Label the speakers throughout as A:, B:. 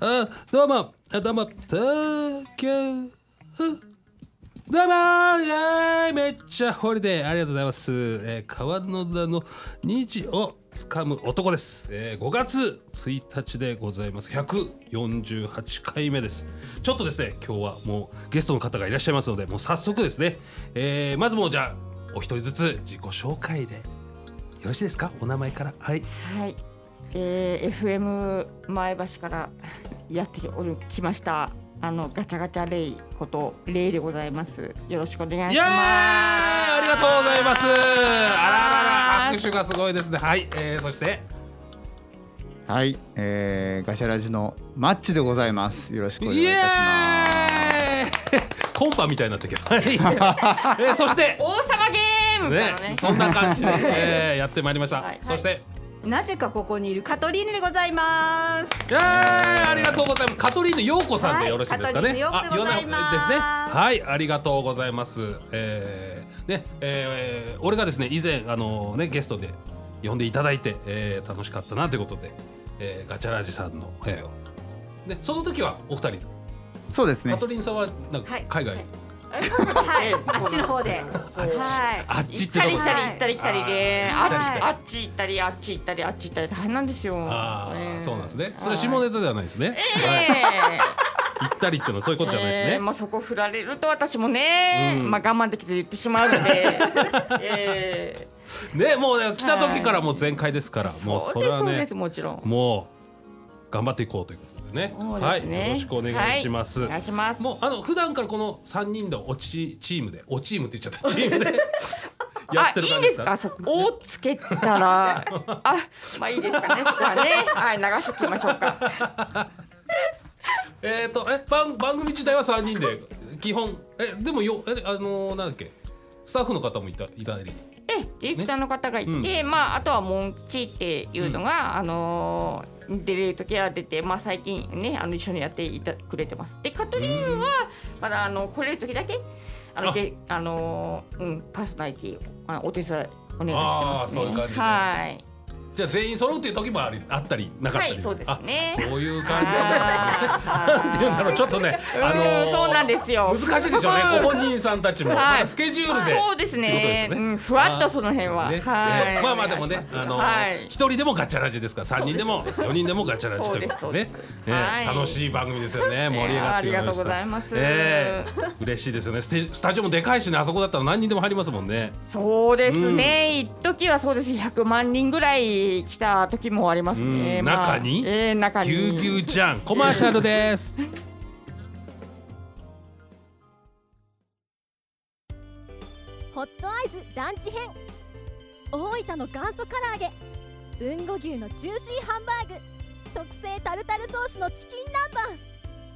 A: あどうもあどうも東京どうもやいめっちゃホリデーありがとうございます、えー、川野田の虹をつかむ男です、えー、5月1日でございます148回目ですちょっとですね今日はもうゲストの方がいらっしゃいますのでもう早速ですね、えー、まずもうじゃあお一人ずつ自己紹介でよろしいですかお名前からはい
B: はい、えー、FM 前橋からやっておるきましたあのガチャガチャレイことレイでございますよろしくお願い
A: い
B: し
A: やー
B: ます
A: ありがとうございますあらあら拍手がすごいですねはい、えー、そして
C: はい、えー、ガシャラジのマッチでございます。よろしくお願いい
A: イ
C: た
A: エ
C: します。
A: ーイ コンパみたいになったけ ど、はいえー、そして
B: 王様ゲーム
A: ね
B: からね
A: そんな感じで、えー、やってまいりました、
B: はい
A: そして
D: なぜかここにいるカトリーヌでございます。
A: イエーイありがとうございますカトリーヌ陽子さんでよろしいですかね、
D: はいカトリーヌ陽子でございます
A: あですねはいありがとうございますえー、ねえー、俺がですね以前あのねゲストで呼んでいただいて、えー、楽しかったなということで、えー、ガチャラジさんの、えー、ねその時はお二人、
C: そうです
A: カ
C: ね
A: ト。リーヌさんはなんか
D: はい
A: 海外、
B: はい
D: はい
B: ええ、
D: あっちの方で。はい。
A: あっちっ
B: 行ってた
A: と
B: り
A: で
B: 来
A: すね
B: たり行ったり来たりで
A: あ
B: あ
A: ー確かに
B: っちあっち行ったりあっち行ったりあっち行ったり大変なんですよ
A: ああ、
B: えー
A: そうなんですね。それ
B: はい
A: 下ネタではないですね。
B: え
A: はい、
B: え
A: 行ったりっていうのはそういうことじゃないですね。
B: えーまあそこ振られると私もね、
A: うん
B: まあ我慢できず言ってしまうので、 えー
A: ね、もうね来た時からもう全開ですから、もうそれは
B: そうで
A: ね
B: す、もちろん。
A: もう頑張っていこうということでね。
B: そう
A: は
B: です
A: い、
B: ね
A: よろしくお願いします。
B: お願いします。
A: もうあの普段からこの三人のおちチームで、おチームって言っちゃったチーム でやってる
B: あいい
A: 感じ
B: んで
A: です
B: す
A: か。
B: か。そこをつけた ら、あ、まあいいですかね。そこはね、はい、流しておきましょうか。
A: えっ、とえ番番組自体は三人で基本えでもよえあのーなんだっけスタッフの方もいたいたり。
B: え、ディレクターの方がいて、まああとはモンチっていうのが、あのー出れる時は出て、まあ最近ね、あの一緒にやっていたくれてます。で、カトリーヌはまだあの来れる時だけ、あの
A: あ
B: で、あのーうん、パーソナリティをあのお手伝いお願いしてますね。
A: あーそういう感じで
B: はい。
A: じゃあ全員揃うっていう時もありあったりなかったり。
B: はいそうですね
A: あそういう感じ なんだ。
B: なん
A: っていうんだろうちょっとね、あのー
B: そうなんですよ。
A: 難しいでしょうね
B: そこ
A: ご本人さんたちも、
B: はい
A: まだスケジュールで、
B: そうです
A: ってことで
B: ね
A: すよね
B: うんふわっとその辺は。
A: ね
B: はい、
A: ねまあまあでもね
B: お願いします
A: あの
B: は
A: ー
B: い
A: 一、人でもガチャラジですから三人でも四人でもガチャラジということでね
B: そうですそうです
A: ね
B: はい
A: 楽しい番組ですよね盛り上がってきました、
B: ありがとうございます
A: ええ嬉しいですよねステスタジオもでかいしねあそこだったら何人でも入りますもんね
B: そうですね。一時はそうです。100万人ぐらい来た時もありますね。
A: うん
B: まあ
A: 中に
B: えー中に
A: ぎゅうぎゅうじゃんコマーシャルです
E: ホットアイズランチ編大分の元祖唐揚げ豊後牛のジューシーハンバーグ特製タルタルソースのチキン南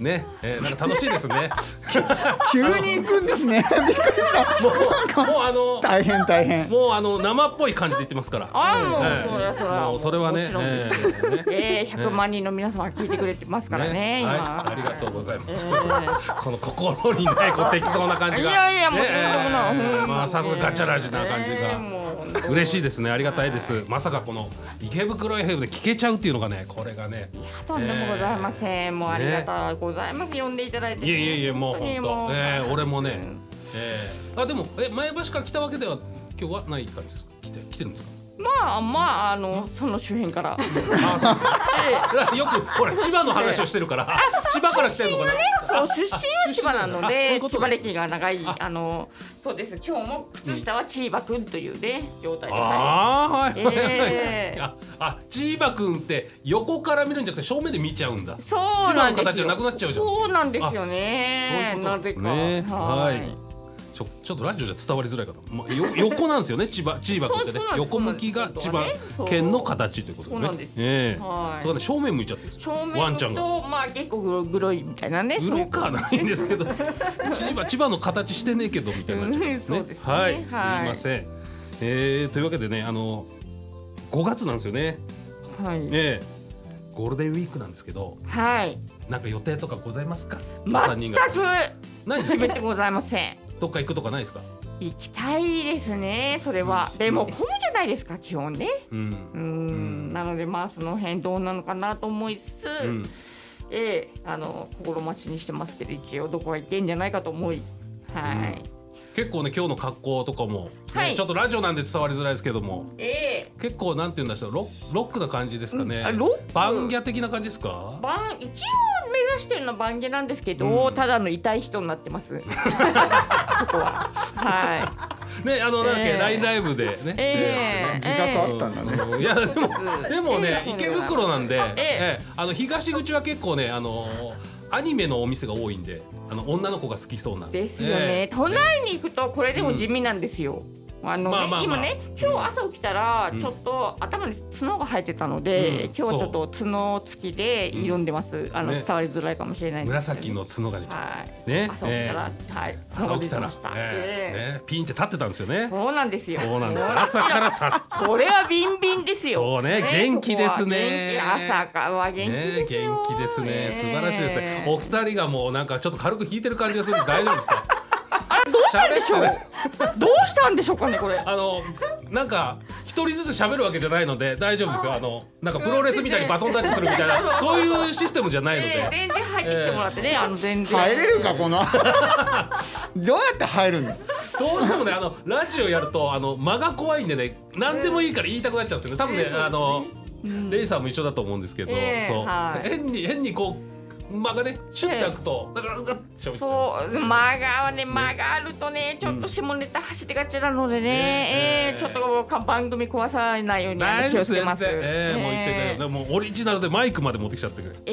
A: ね、えー、なんか楽しいですね
C: 急に行くんですね。びっくりした。
A: もうもうあの
C: 大変大変。
A: もうあの生っぽい感じで言ってますから。
B: あーもう
A: ええ
B: そりゃそりゃ
A: もうそれはね。
B: もちろん
A: ええ
B: えー、100万人の皆様が聞いてくれてますからね。
A: ね
B: 今、
A: はい、ありがとうございま
B: え
A: す。
B: ー
A: この心にないこう適当な感じが。
B: いやいやもう
A: ね
B: そんなことない
A: ええ
B: うん
A: まあさすがガチャラジな感じ
B: えー
A: が。
B: もう本当
A: 嬉しいですね。ありがたいです。まさかこの池袋 FM で聞けちゃうっていうのがね、これがね。
B: とんでもございません、もうありがとうございます、呼んでいただいて
A: いやいやいやもう本当
B: に
A: ええ俺もねええあでもえ前橋から来たわけでは今日はない感じですか。来て来てるんですか。
B: まあまああのその周辺か
A: あ
B: ら
A: そうですねよくほら千葉の話をしてるから、千葉から来てるのかな。
B: そう出身は千葉なの
A: あ そうい
B: で
A: うこと
B: 千
A: な
B: 葉
A: んです
B: 歴が長いあのそうです今日も靴下はチーバくんというね状態では
A: あーはいはいはい、
B: えー
A: ああチーバくんって横から見るんじゃなくて正面で見ちゃうんだ
B: いそうなんで
A: 千葉
B: すよ
A: の形じゃなくなっちゃうじゃん
B: そうなんですよ
A: あそうい
B: ね
A: うことなんですね
B: なぜか
A: はい
B: い
A: ちょちょっとラジオじゃ伝わりづらいかと、まあ、よ横なんですよね千 葉千葉君ってね
B: そうそうなんです
A: 横向きが千葉県の形ということでね
B: そうなんです
A: ええ
B: はい
A: そうだね正面向いちゃってるんです
B: 正
A: ワン
B: 面
A: ちゃんが
B: とまあ結構グログロいみたいなね
A: うろかはないんです けど千葉千葉の形してねえけどみたいになっちゃうんですね
B: うんそうですね
A: はい、
B: はい
A: すいません、えー、というわけでねあの5月なんですよね
B: そういうはい、
A: ええゴールデンウィークなんですけど
B: はい、
A: なんか予定とかございますか三
B: 全く
A: ないです
B: 決め
A: か
B: てございません
A: どっか行くとかないですか
B: 行きたいですねそれはでも混むじゃないですか基本ね
A: うん
B: うーんなのでまあその辺どうなのかなと思いつつ、
A: うん
B: ええあの心待ちにしてますけど一応どこか行ってんじゃないかと思いはい、
A: 結構ね今日の格好とかも、ね
B: はい
A: ちょっとラジオなんで伝わりづらいですけども
B: ええ
A: 結構なんて言うんだろうロッロックな感じですかね、
B: うんあロック
A: バンギャ的な感じですか
B: 番一応目指してるのは番下なんですけど、
A: うん
B: ただの痛い人になってます そこはは
A: ねあのなんだっけ、
B: ええ
A: ラインライブでね、
B: いええ
C: 自覚あったんだね
A: うんいやでもでもね、
B: ええ
A: 池袋なんで、
B: え
A: ええあの東口は結構ねあのアニメのお店が多いんであの女の子が好きそうな
B: ですよね、
A: ええ
B: 都内に行くとこれでも地味なんですよ、あのね
A: まあまあまあ
B: 今ね今日朝起きたら
A: うん
B: ちょっと頭に角が生えてたので、
A: うん
B: 今日はちょっと角付きで挑んでます、あの
A: ね
B: 伝わりづらいかもしれないんですけ
A: 紫
B: ど
A: の角が出ちゃ
B: はい
A: ったね
B: 朝起きたら、
A: え
B: はい
A: え朝
B: 角が
A: 起
B: 出
A: き
B: て
A: たら
B: ました、
A: ええ
B: え
A: ねピンって立ってたんですよね
B: えそうなんですよ
A: そうなんです朝から立って
B: これはビンビンですよ。
A: そうね元気ですね
B: そこは元気朝からは元気
A: ね
B: で
A: え
B: すよ、
A: 元気ですね素晴らしいですねお
B: お
A: 二人がもうなんかちょっと軽く引いてる感じがするんで大丈夫ですか
B: どうしたんでしょ
A: 喋っ
B: う
A: てない。
B: どうしたんでしょうかねこれ。
A: あのなんか一人ずつ喋るわけじゃないので大丈夫ですよあのなんかプロレスみたいにバトンタッチするみたい なそういうシステムじゃないの
B: ね
A: で
B: 全然入ってきてもらってね、あの全然。
C: 入れるかこのどうやって入るんだ
A: どうしてもねあのラジオやるとあの間が怖いんでね何でもいいから言いたくなっちゃうんですよね多分ねあのレイさんも一緒だと思うんですけど
B: ええ
A: そう
B: はい
A: 変に変にこう間がねシュッて開くとだからうわっしゃべっちゃう
B: そう間がはね間があるとねちょっと下ネタ走ってがちなので
A: ね
B: ね、
A: え
B: ええちょっとか番組壊さないようにあの
A: 大
B: 気
A: 丈夫で
B: をつ
A: す
B: け
A: 全
B: ます。
A: 然ええもう言ってくれでもオリジナルでマイクまで持ってきちゃってくれ
B: ええ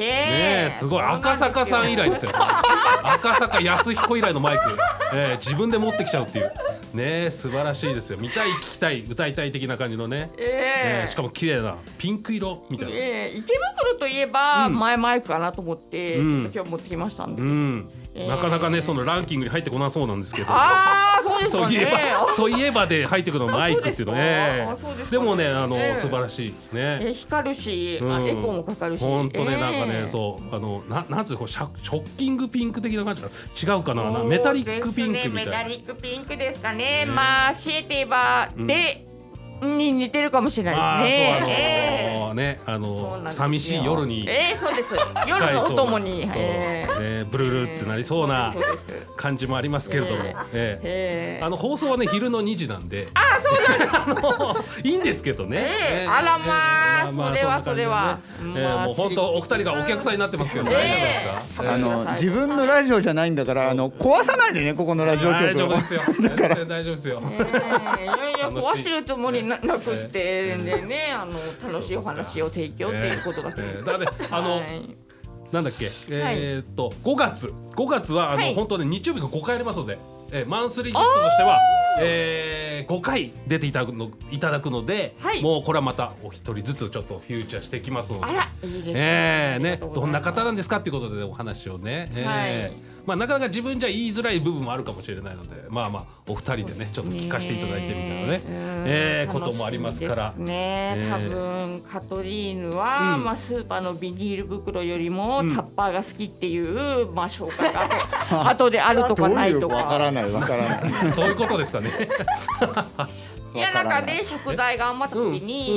A: ねえすごい赤坂さん以来 ですよ赤坂安彦以来のマイク、ええ自分で持ってきちゃうっていうねえ素晴らしいですよ見たい聞きたい歌いたい的な感じのね、
B: え
A: え
B: え
A: えしかも綺麗なピンク色みたいな、
B: ええ池袋といえば、
A: うん
B: 前マイクかなと思って、
A: うん
B: ちょっと今日持ってきましたんで、
A: うん
B: ええ
A: なかなかねそのランキングに入ってこなそうなんですけど
B: ああそうです
A: と
B: か
A: いえ
B: ね
A: ばといえばで入ってくるのマイクっていうのね
B: あそうですかあそうですか
A: でもねあの、
B: ええ
A: 素晴らしいですね
B: え光るし、
A: う
B: あ
A: ん
B: エコーもかかるし
A: 本当ね、
B: ええ
A: なんかねそうあのななんつうこうシャショッキングピンク的な感じなの違うかななメタリックピンク
B: そうですね
A: み
B: メ
A: た
B: タ
A: いな。
B: リックピンクですかね
A: ね
B: まあ強いて言えば、
A: うん
B: でに似てるかもしれ
A: あ
B: ないです
A: ーそう
B: ね
A: あのーねあのー
B: そうなんですよ
A: 寂しい夜に
B: ええええそうです
A: 使
B: 夜
A: え
B: の
A: そ
B: お
A: うな
B: 供に
A: そう
B: ええ
A: ねブルルってなりそうな
B: そうです
A: 感じもありますけれども
B: え
A: え
B: え
A: え
B: ええ
A: あの放送はね昼の2時なんで
B: あそうなんで す
A: あのいいんですけどね
B: ええ
A: ええ
B: あらまあ
A: ええ
B: それは
A: そんな感じでね
B: そ
A: え
B: れはま
A: え
B: あ
A: もう本当お二人がお客さんになってますけど大丈夫ですか
B: ええご
C: あ
B: めん
C: の
B: なさい
C: 自分のラジオじゃないんだからあの壊さないでねここのラジオ
A: 大
C: 局
A: 丈
C: を
A: 夫ですよ全然大丈夫ですよ
B: ええいやいや壊してるつもりななくってでねあの楽しいお話を提供っていうことだと思
A: え
B: う
A: えだってあの
B: はい
A: なんだっけ、えーっと5月5月はあの、
B: はい
A: 本当ね日曜日が5回ありますので、えーマンスリーゲストとしては、えー5回出ていただくのいただくので、
B: はい
A: もうこれはまたお一人ずつちょっとフューチャーしていきますので
B: あ。らいいです
A: えー
B: あ
A: ね
B: りがとうございます
A: どんな方なんですかっていうことでお話をね、えー
B: はい
A: まあ、なかなか自分じゃ言いづらい部分もあるかもしれないのでまあまあお二人でねちょっと聞かせていただいてみたいなね
B: えうん
A: えーこともありますから
B: 楽しみですね、
A: え
B: 多分カトリーヌは、
A: うん
B: まあスーパーのビニール袋よりも、
A: うん
B: タッパーが好きっていうまあ紹介が 後後であると
C: ど
B: か
C: う
B: ないいうと
C: わから
B: か。
C: ないわからない
A: どういうことですか ね
B: いやなんかね食材が余った時に、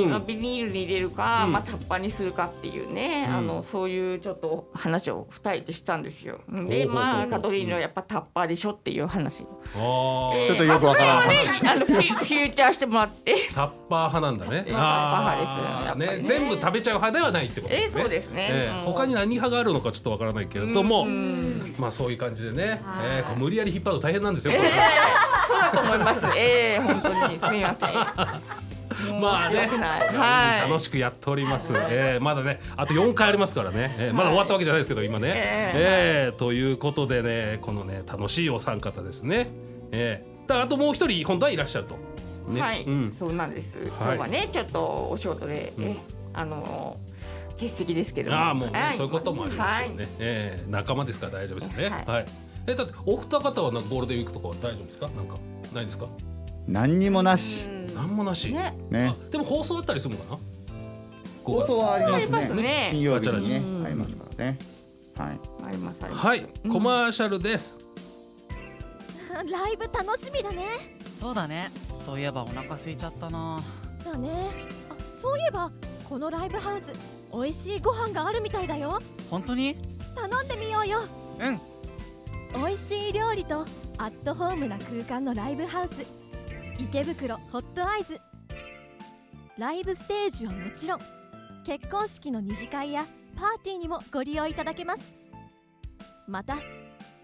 A: うんうん
B: まあビニールに入れるか、
A: うん
B: まあタッパーにするかっていうね、
A: うん
B: あのそういうちょっと話を二人でしたんですよ。
A: ほうほう
B: で
A: ほう
B: まあカトリーヌはやっぱタッパーでしょっていう話。
A: あ
B: え
A: ー
B: ー
C: ちょっとよくわから
B: まあ
C: ん
B: それはねあのフィフューチャーしてもらって。
A: タッパー派なんだね
B: タッパー派
A: あー
B: ですやっぱり
A: ね
B: ね
A: 全部食べちゃう派ではないってこと
B: え
A: で
B: ー
A: すね
B: そうですね。
A: ええ
B: うん
A: 他に何派があるのかちょっとわからないけれども、まあそういう感じでね、ええこう無理やり引っ張ると大変なんですよ。これ
B: ええそうだと思います。 ええ本当にすみません。
A: まあね、
B: 面白くないはい。
A: 楽しくやっております。ええまだね、あと4回ありますからね、ええまだ終わったわけじゃないですけど、今ね。
B: え
A: ええということでね、このね、楽しいお三方ですね。ええだからあともう一人本当はいらっしゃると、ね
B: はい、
A: うん、
B: そうなんです、
A: はい
B: 今日はねちょっとお仕事で、
A: うん
B: えあのー欠席ですけど
A: ああもう、
B: は
A: そういうこともありますよね、ええ仲間ですから大丈夫ですねは、
B: はいい
A: えだってお二方はなんかゴールデンウィークとかは大丈夫ですかなんかないですか
C: 何にもなし
D: う。ん
A: なんもなし、
D: ね。
C: ね
A: あ。でも放送あったりするのかな
C: 放送はあり
B: あ
C: ま
B: り
C: す
B: ます
C: ね。金
B: ね
C: 曜日にね
B: うん
C: ありますからね。はい。
B: ありますあります
A: はい
B: うん
A: コマーシャルです、
E: ライブ楽しみだね
F: そうだねそういえばお腹空いちゃったな
E: だねあそういえばこのライブハウス美味しいご飯があるみたいだよ
F: 本当に
E: 頼んでみようよ
F: うん
E: 美味しい料理とアットホームな空間のライブハウス池袋ホットアイズライブステージはもちろん結婚式の二次会やパーティーにもご利用いただけますまた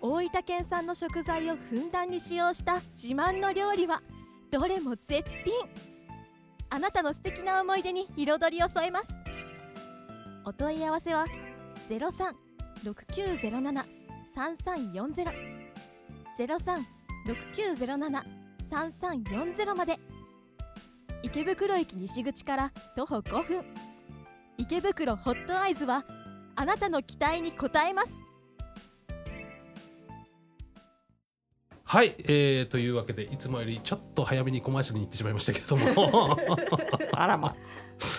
E: 大分県産の食材をふんだんに使用した自慢の料理はどれも絶品あなたの素敵な思い出に彩りを添えますお問い合わせは036907 3340 036907-3340まで池袋駅西口から徒歩5分池袋ホットアイズはあなたの期待に応えます
A: はい、えー、というわけでいつもよりちょっと早めにコマーシャルに行ってしまいましたけど も
B: あらま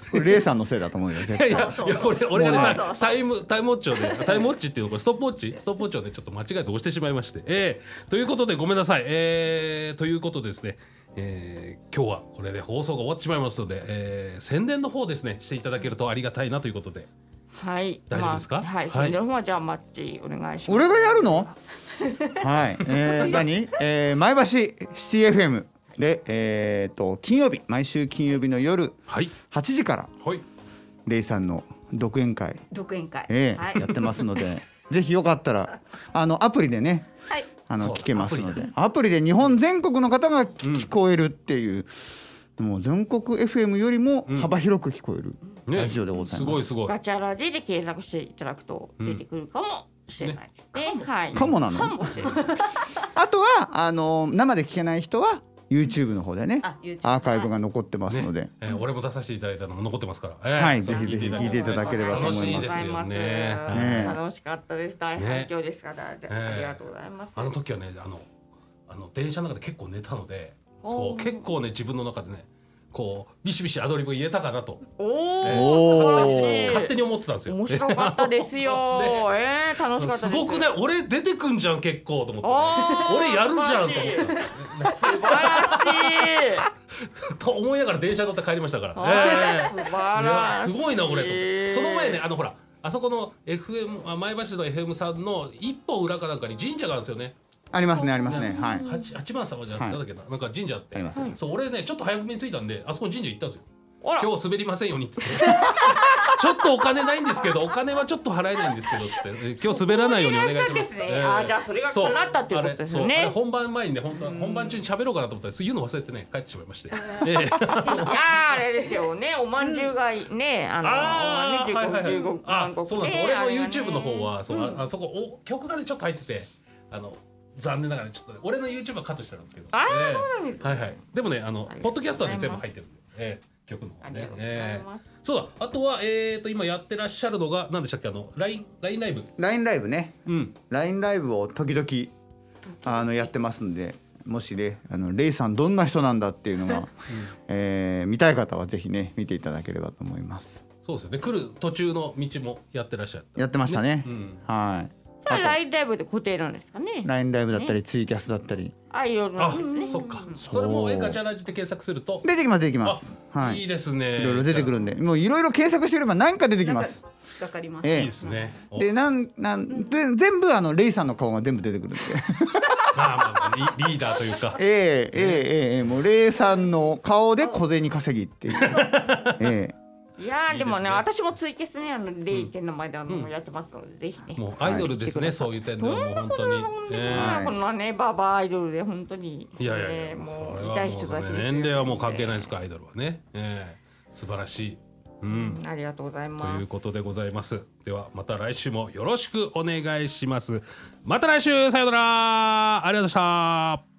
C: これレイさんのせいだと思うよ。絶
A: いや
C: 対
A: いやいや俺俺がね
C: も
A: タ
C: うね
A: イタイムタイムウォッチをねタイムウォッチっていうのこれストップウォッチストップウォッチをねちょっと間違えて押してしまいまして、えー、ということでごめんなさい、えー、ということでですね、えー、今日はこれで放送が終わってしまいますので、えー、宣伝の方ですねしていただけるとありがたいなということで
B: はい
A: 大丈夫ですか
B: まあはいそ
A: はい
B: れではじゃあマッチお願いします
C: 俺がや るのはい、えー、何、えー、前橋シティ FM で、えー、と金曜日毎週金曜日の夜
A: はい
C: 8時から
A: はい
C: レイさんの独演会、
D: 独演会。
C: えー
D: はい
C: やってますのでぜひよかったらあのアプリでね
D: はい。
C: あ
A: そう
C: の
A: だ
C: 聞けます
A: ア
C: の
A: プリ
C: でアプリで日本全国の方が聞こえるっていう、もう全国 FM よりも幅広く聞こえるラジオでございます。
A: すごいすごい
B: ガチャラジで検索していただくと出てくるかもしれないですね,、はい
C: かもなの
B: かもしれない
C: あとはあの生で聞けない人は YouTube の方でね
D: あ、YouTube
C: アーカイブが残ってますので、
A: えー、俺も出させていただいたのも残ってますから、えー
C: はいぜひぜひ聞いていただければと思います
A: 楽しいですよね
B: ありがとうございます
C: ね
B: 楽しかったです。大反響ですから、
A: え
B: ありがとうございます。
A: あの時はねあのあの電車の中で結構寝たのでそう結構ね自分の中でねこうビシビシアドリブ言えたかなと
B: おー
C: おー
B: 素晴ら
A: 勝
B: し
A: 手に思ってたんです
B: い。
A: よ。
B: 面白かったですよ。 えー、楽しかったです。
A: すごくね俺出てくんじゃん結構と思って、ね
B: あ、ー
A: 俺やるじゃんと思ってたんです
B: 素晴らしい。
A: よと思いながら電車乗って帰りましたから、
B: あー
A: ええ
B: 素晴らし
A: い
B: い。
A: やすごいな俺と思ってその前ねあのほらあそこの FM あ前橋の FM さんの一歩裏かなんかに神社があるんですよね
C: ありますねありますねはい。
A: 八八番様じゃな
C: はい
A: なんだっけな、なんか神社あって
C: ありますね
A: そう俺ねちょっと早めに着いたんであそこに神社行ったんですよ
B: あら
A: 今日滑りませんようにっつって ちょっとお金ないんですけどお金はちょっと払えないんですけどっつってえ今日滑らないようにお願いし
B: そういう
A: ま
B: 理由
A: す
B: があったんですねあーじゃあそれが叶ったっていうことです
A: そ
B: よね
A: うあれそうあれ本番前にね本当は本番中に喋ろうかなと思ったんです言うの忘れてね帰ってしまいまして、ええ
B: いやーあれですよね。お饅頭がね、あの
A: あーはいはいはい
B: ね、十五十五
A: あ
B: 韓国
A: そうなんです、
B: あれ
A: 俺
B: が
A: の
B: ね
A: YouTube の方はそう、ああそこお曲がねちょっと入っててあの残念ながらちょっとね俺の YouTube はカットしてあるんですけど
B: あー
A: ええ
B: そうなんですね
A: はいはいでもねあの
B: ありがとうございます
A: ポッドキャストはね全部入ってるんで、ええ曲の
B: あ
A: 方
B: りが
A: ね
B: とうござい
A: ええ
B: ます。
A: そうだあとはえー、と今やってらっしゃるのが何でしたっけあの LINE ラインライブ
C: LINE ライブね
A: うん、
C: LINE ライブを時々あのやってますんでもしねあのレイさんどんな人なんだっていうのが、 えー見たい方はぜひね見ていただければと思います。
A: そうですよね来る途中の道もやってらっしゃる
C: やってましたね。
A: うん
C: はい。
B: さあ
C: と
B: ライブライブで固定なんですかね。
C: LINE ライブだったりツイキャスだったり
B: あいろいろな
A: あ
B: んですね。
A: そっかそれもえガチャラジで検索すると
C: 出てきます出てき
A: あ
C: ます。はい
A: い
C: い。
A: ですね
C: いろいろ出てくるんで、もういろいろ検索してれば何か出てきます。
D: わかります。
A: いい
C: え
A: ですね
C: え。で、なんなんで全部あのレイさんの顔が全部出てくるんで。
A: まあまあリリーダーというか
C: ええええええもうレイさんの顔で小銭稼ぎっていう。ええ
B: いやーでも
A: いいですね
B: ね私もツイキャスねあのレイケンの前であのやってますのでぜひね。
A: もうアイドルですね、
B: はい
A: そういう点ではもう本当に
B: 本当に
A: え
C: はい
B: こんなねババアアイドルで本当に
A: えいやいやい
B: ね
A: や
B: も
A: そうれ
B: 痛
A: はいもう
B: 人
A: そ
B: だ
A: れ
B: け
A: 年齢はもう関係ないですかアイドルはね、ええ素晴らしいうん
B: ありがとうございます。
A: ということでございますではまた来週もよろしくお願いしますまた来週さようならありがとうございました